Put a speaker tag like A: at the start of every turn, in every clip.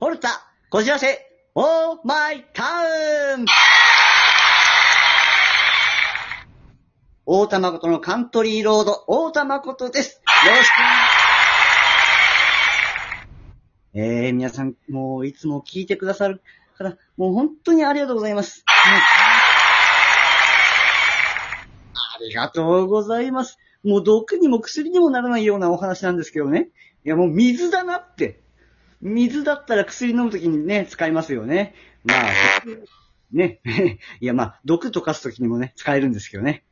A: ホルタ、こじらせ、オーマイタウン大田誠のカントリーロード、大田誠です。よろしく。えー、皆さん、もういつも聞いてくださるから、もう本当にありがとうございます。もうありがとうございます。もう毒にも薬にもならないようなお話なんですけどね。いや、もう水だなって。水だったら薬飲むときにね、使いますよね。まあ、ね。 いや、まあ、毒溶かすときにもね、使えるんですけどね。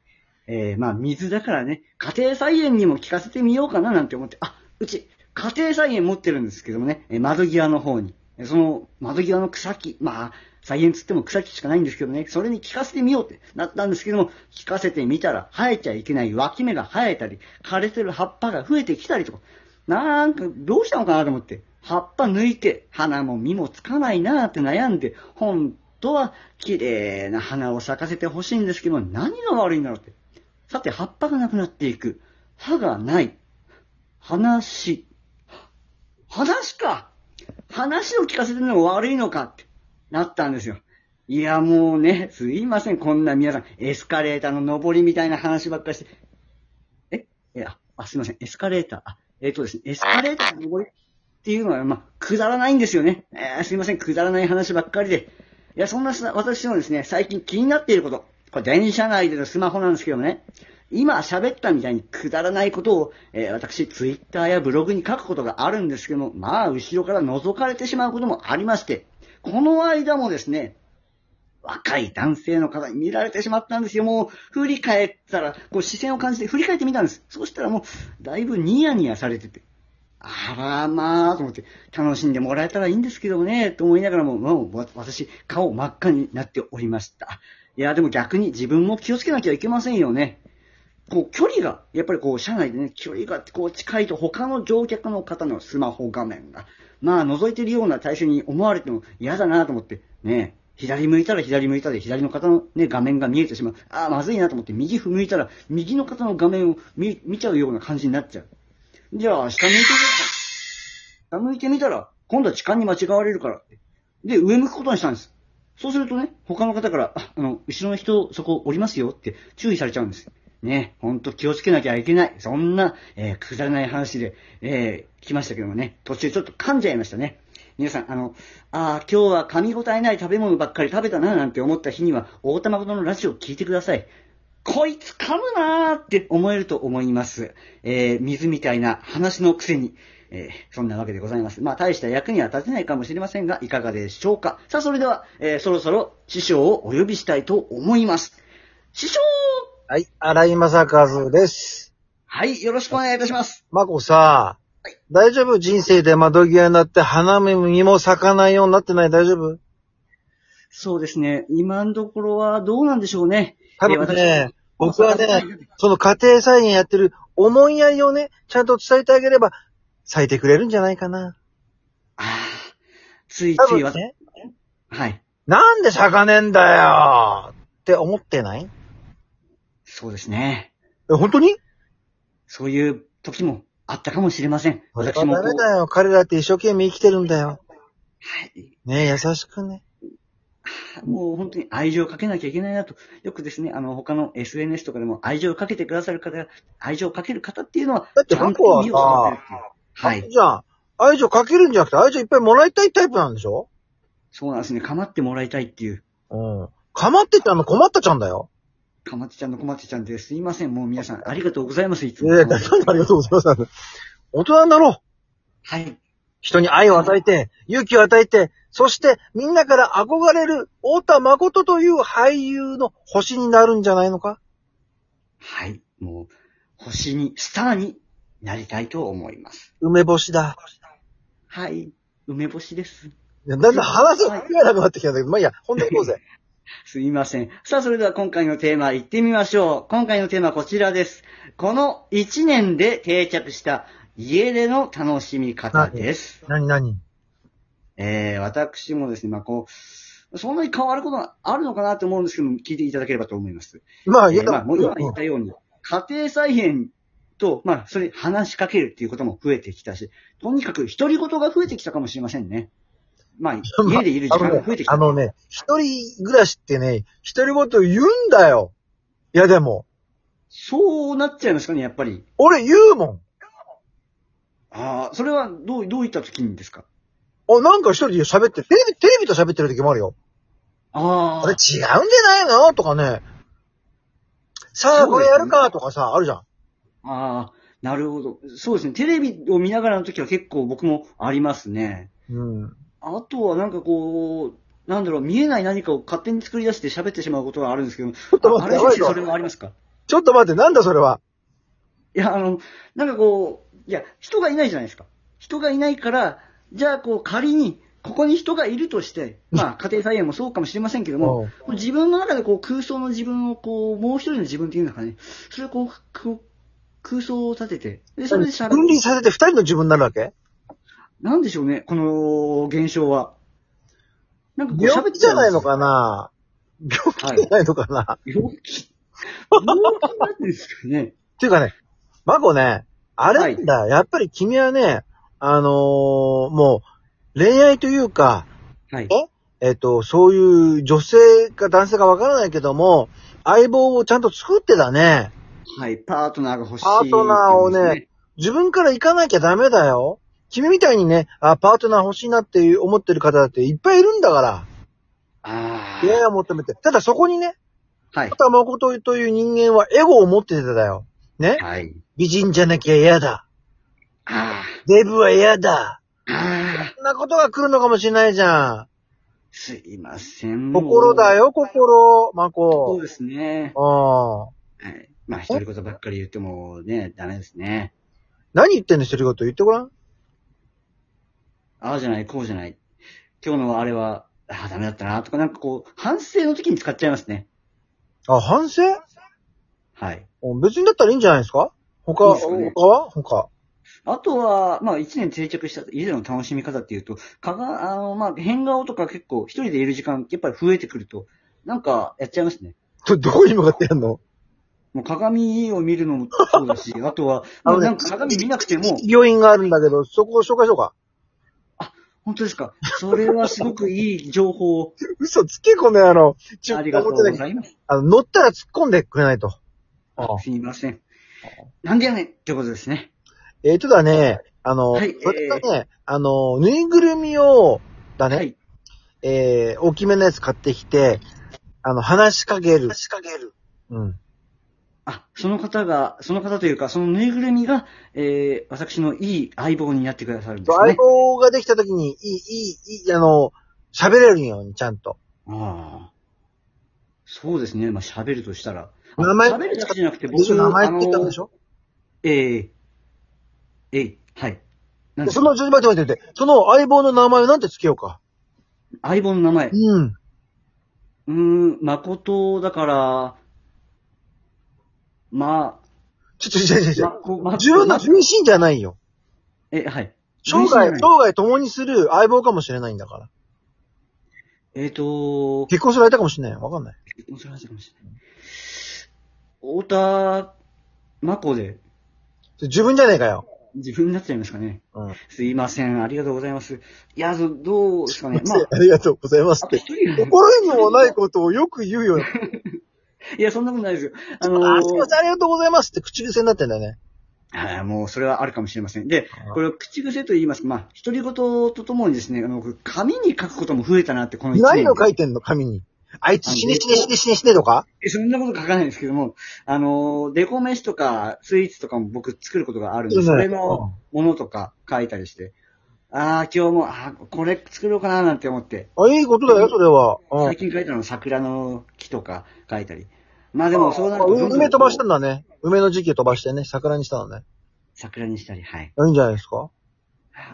A: えー、まあ、水だからね、家庭菜園にも効かせてみようかななんて思って、あ、うち、家庭菜園持ってるんですけどもね、えー窓際の方に。えーその、窓際の草木、まあ、菜園つっても草木しかないんですけどね、それに効かせてみようってなったんですけども、効かせてみたら、生えちゃいけない脇芽が生えたり、枯れてる葉っぱが増えてきたりとか、なんか、どうしたのかなと思って、葉っぱ抜いて、花も実もつかないなーって悩んで、本当は綺麗な花を咲かせてほしいんですけど、何が悪いんだろうって。さて、葉っぱがなくなっていく。歯がない。話。話か話を聞かせてるのが悪いのかってなったんですよ。いや、もうね、すいません。こんな皆さん、エスカレーターの上りみたいな話ばっかりして、ええあ、あすいません。エスカレーター。あ、えっ、とですね、エスカレーターの登りっていうのは、まあ、くだらないんですよね。えーすいません。くだらない話ばっかりで。いや、そんなさ私のですね、最近気になっていること。これ、電車内でのスマホなんですけどもね。今喋ったみたいにくだらないことを、えー私、ツイッターやブログに書くことがあるんですけども、まあ、後ろから覗かれてしまうこともありまして、この間もですね、若い男性の方に見られてしまったんですよ。もう、振り返ったら、こう視線を感じて振り返ってみたんです。そしたらもう、だいぶニヤニヤされてて。あらまあ、と思って、楽しんでもらえたらいいんですけどもね、と思いながらも、もう、わ私、顔真っ赤になっておりました。いや、でも逆に自分も気をつけなきゃいけませんよね。こう、距離が、やっぱりこう、車内でね、距離がこう近いと他の乗客の方のスマホ画面が、まあ、覗いてるような体勢に思われても嫌だなと思って、ね、左向いたら左向いたで、左の方のね、画面が見えてしまう。ああ、まずいなと思って、右向いたら、右の方の画面を見、見ちゃうような感じになっちゃう。じゃあ、下向いてみるか。下向いてみたら、今度は痴漢に間違われるからって。で、上向くことにしたんです。そうするとね、他の方から、ああの、後ろの人、そこ降りますよって注意されちゃうんです。ね、ほんと気をつけなきゃいけない。そんな、えーくだらない話で、えー来ましたけどもね、途中ちょっと噛んじゃいましたね。皆さん、あの、ああ、今日は噛み応えない食べ物ばっかり食べたななんて思った日には、大玉ごとのラジオを聞いてください。こいつ噛むなーって思えると思います。えー、水みたいな話のくせに、えー、そんなわけでございます。まあ、大した役には立てないかもしれませんが、いかがでしょうか。さあ、それでは、えー、そろそろ師匠をお呼びしたいと思います。師匠
B: はい、荒井正和です。
A: はい、よろしくお願いいたします。
B: まこさ
A: はい、
B: 大丈夫人生で窓際になって花見にも咲かないようになってない大丈夫
A: そうですね。今のところはどうなんでしょうね。
B: 多分
A: えー
B: ね、僕はね、その家庭菜園やってる思いやりをね、ちゃんと伝えてあげれば咲いてくれるんじゃないかな。
A: ああ、つい
B: 多
A: つい
B: 分
A: 私、
B: ね、
A: はい。
B: なんで咲かねえんだよって思ってない
A: そうですね。
B: え本当に
A: そういう時もあったかもしれません。
B: それ
A: 私
B: は
A: もこ
B: ダメ
A: う、
B: だよ。彼らって一生懸命生きてるんだよ。
A: はい。
B: ね優しくね。
A: もう本当に愛情をかけなきゃいけないなと。よくですね、あの、他の SNS とかでも愛情をかけてくださる方が、愛情をかける方っていうのは、
B: だって
A: ちゃん
B: 僕
A: と
B: は
A: 身
B: さ
A: を守ってるっていうはい。
B: じゃあ、愛情かけるんじゃなくて愛情いっぱいもらいたいタイプなんでしょ
A: そうなんですね。構ってもらいたいっていう。
B: うん。かまってってあの困ったちゃんだよ。
A: かまってちゃんのこまってちゃんです。すいません。もう皆さん、ありがとうございます。いつ
B: い
A: も。
B: やいや、大丈夫ありがとうございます。大人になろう。
A: はい。
B: 人に愛を与えて、勇気を与えて、そしてみんなから憧れる太田誠という俳優の星になるんじゃないのか
A: はい。もう、星に、スターになりたいと思います。
B: 梅干しだ。
A: はい。梅干しです。
B: いやだんだん話が聞えなくなってきたんだけど、まあいいや、本当に行こうぜ。
A: すいません。さあ、それでは今回のテーマ行ってみましょう。今回のテーマはこちらです。この1年で定着した家での楽しみ方です。
B: なになに
A: えー、私もですね、まあこう、そんなに変わることがあるのかなと思うんですけども、聞いていただければと思います。
B: まあ、
A: え
B: 言っ
A: ー、
B: た
A: まあ、
B: ら、
A: もう今言ったように、家庭再編と、まあ、それに話しかけるっていうことも増えてきたし、とにかく独り言が増えてきたかもしれませんね。 まあ、家でいる時間が増えてきた。
B: あのね、一人暮らしってね、一人ごと言うんだよ。いやでも、
A: そうなっちゃいますかね、やっぱり。
B: 俺言うもん。
A: ああ、それはどう、どういった時にですか
B: あ、なんか一人で喋ってる。テレビ、テレビと喋ってる時もあるよ。
A: あ
B: あ
A: あ
B: れ違うん、じゃないのとかね。さあ、
A: そう
B: こ
A: で
B: れ
A: すね
B: やるかとかさ、あるじゃん。
A: ああ、なるほど。そうですね。テレビを見ながらの時は結構僕もありますね。
B: うん。
A: あとはなんかこう、なんだろう、見えない何かを勝手に作り出して喋ってしまうことがあるんですけど、
B: ちょっと待
A: あ
B: っ
A: れ先
B: て、やばい
A: 生そ
B: ぞ
A: れもありますか
B: ちょっと待って、なんだそれは。
A: いや、あの、なんかこう、いや、人がいないじゃないですか。人がいないから、じゃあこう仮に、ここに人がいるとして、 まあ家庭菜園もそうかもしれませんけども、
B: うん
A: 自分の中でこう空想の自分をこう、もう一人の自分っていうんですかね、それをこう、こう空想を立てて、で、それで喋
B: 分離
A: る。
B: されて二人の自分になるわけ
A: なんでしょうね、この現象は。なんかこう喋っちゃう
B: 病
A: んで
B: 気
A: す
B: じ
A: よ
B: ゃないのかな病気じゃないのかな、
A: 病気病気なんですか ね。
B: っていうかね、マコね、あれなんだ、やっぱり君はね、あのーもう、恋愛というか、
A: はい。
B: えっと、そういう女性か男性かわからないけども、相棒をちゃんと作ってだね。
A: はい、パートナーが欲しい。
B: パートナーをね。自分から行かなきゃダメだよ。君みたいにね、あ、パートナー欲しいなって思ってる方だっていっぱいいるんだから、
A: あ
B: 出会いを求めて。ただそこにね、
A: あ。はい。
B: た誠という人間はエゴを持っててだよ。ね
A: はい。
B: 美人じゃなきゃ嫌だ。
A: あ
B: デブは嫌だ。
A: あ。ああ。
B: そんなことが来るのかもしれないじゃ
A: すいません。
B: ん。心だ
A: よ。
B: よ、心、マ
A: そ
B: コ
A: う。ですね。
B: うん。
A: はい。まあ、一人言ばっかり言ってもね、ダメですね。
B: 何言ってんの、一人ごと言ってごらん。
A: ああじゃない、こうじゃない。今日のあれは、ああ、ダメだったな、とか、なんかこう、反省の時に使っちゃいますね。
B: あ、反省
A: はい。
B: うん別にだったらいいんじゃないですか他、
A: いいっすかね
B: 他は他。
A: あとは、まあ、一年定着した以前の楽しみ方っていうと、かが、あの、まあ、変顔とか結構、一人でいる時間、やっぱり増えてくると、なんか、やっちゃいますね。
B: ど、どこに向かってやんの
A: もう鏡を見るのもそうだし、あとは、まあ、なんか鏡見なくても、
B: 病院があるんだけど、そこを紹介しようか。
A: 本当ですかそれはすごくいい情報を、
B: 嘘つけ、この野郎。ちょ
A: ありがとうございます。
B: あの、乗ったら突っ込んでくれないと。あ
A: すみません。なんでやねんってことですね。
B: えー、ちょっとね、あの、
A: はい
B: 私はね、あの、ぬいぐるみを、だね、
A: はい。
B: えー、大きめのやつ買ってきて、あの、話しかける。話しかける。うん。
A: あ、その方が、その方というか、そのぬいぐるみが、えー、私のいい相棒になってくださるんです
B: 相
A: ね。
B: 棒ができた時に、いい、いい、いい、あの、喋れるように、ちゃんと。
A: ああ。そうですね。まあ、喋るとしたら。あ
B: 名前
A: 喋るだけじゃなくて、
B: でし
A: 僕
B: ょ名前って言ったんでし
A: ょ
B: ょ
A: えー、えい、はい。なんで
B: で
A: す
B: そ
A: か
B: の、ちょっと待って待って待って、その相棒の名前をなんて付けようか。
A: 相棒の名前。う
B: うん。
A: ーん、誠だから、ま、
B: ちょっと、違う違う違
A: ま
B: う。、
A: こ、ま、
B: 自分の純真じゃないよ。
A: え、はい。
B: 生涯、生涯共にする相棒かもしれないんだから。
A: えっ、ー、と、
B: 結婚する相手かもしれないよ。わかんない。
A: 面白い話かもしれない。太田、真子で、
B: それ自分じゃねえかよ。
A: 自分になっちゃいますかね。
B: うん。
A: すいません、ありがとうございます。いや、どどうですかね。まあ、
B: ありがとうございます
A: あ
B: っ
A: と
B: て
A: 一。人なんで
B: 心にもないことをよく言うよ。
A: いや、そんなことないですよ。あの
B: あ、すいま
A: ー
B: せん、ありがとうございますって口癖になってんだよね。
A: はい、もうそれはあるかもしれません。で、これを口癖と言いますか、まあ、独り言とともにですね、あの、僕紙に書くことも増えたなって、この一
B: 何
A: 年
B: を。書いてんの、紙に。あいつ死ね死ね死ね死ね死ねとか
A: えそんなこと書かないんですけども、あのー、デコ飯とか、スイーツとかも僕作ることがあるんで、それの、ものとか書いたりして、ああ、今日も、あーこれ作ろうかななんて思って、
B: あ、いいことだよ、それは。う
A: 最
B: ん。
A: 近書いたのは桜の木とか書いたり。まあでもそうなるとどんどんこう、
B: 梅飛ばしたんだね。梅の時期を飛ばしてね、桜にしたのね。
A: 桜にしたり、はい。
B: いいんじゃないですか
A: は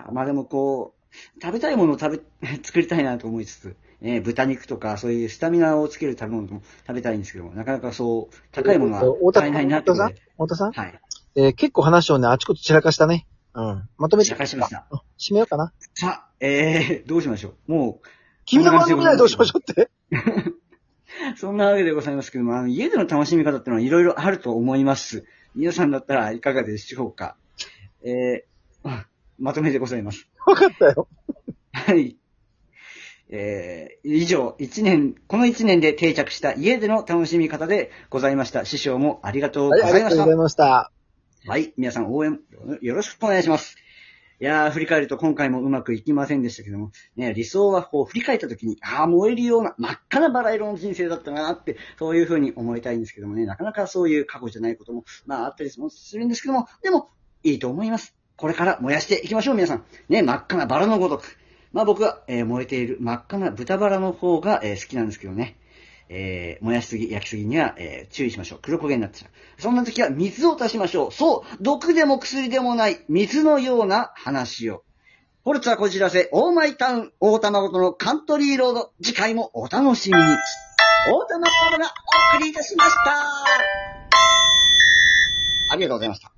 A: あまあでもこう、食べたいものを食べ、 作りたいなと思いつつ、えー豚肉とかそういうスタミナをつける食べ物も食べたいんですけども、なかなかそう、高いもの
B: お
A: は
B: お
A: 買えないなってこと
B: さん
A: で。
B: 太田さん
A: はい。
B: えー結構話をね、あちこち散らかしたね。うん。まとめて。
A: 紹介しました。
B: 締めようかな。
A: さあ、えー、どう しましょう。もう、
B: 君の番組ならどうしましょうって。
A: そんなわけでございますけども、あの家での楽しみ方ってのはいろいろあると思います。皆さんだったらいかがでしょうか。えー、まとめでございます。
B: わかったよ。
A: はい。えー、以上、一年、この一年で定着した家での楽しみ方でございました。師匠もありがとうご
B: はい、あ
A: ざい
B: りが
A: ま
B: と
A: し
B: う
A: た
B: ござ。いました。
A: はい。皆さん応援よろしくお願いします。いやー、振り返ると今回もうまくいきませんでしたけども、ね、理想はこう振り返った時に、ああ、燃えるような真っ赤なバラ色の人生だったなって、そういうふうに思いたいんですけどもね、なかなかそういう過去じゃないことも、まああったりもするんですけども、でも、いいと思います。これから燃やしていきましょう、皆さん。ね、真っ赤なバラのごとく。まあ僕は、えー燃えている真っ赤な豚バラの方が、えー好きなんですけどね。えー燃やしすぎ、焼きすぎには、えー注意しましょう。黒焦げになってしまう。そんな時は水を足しましょう。そう毒でも薬でもない、水のような話を。ホルツはこじらせ、オーマイタウン、大玉ごとのカントリーロード。次回もお楽しみに。大玉ごとがお送りいたしました。ありがとうございました。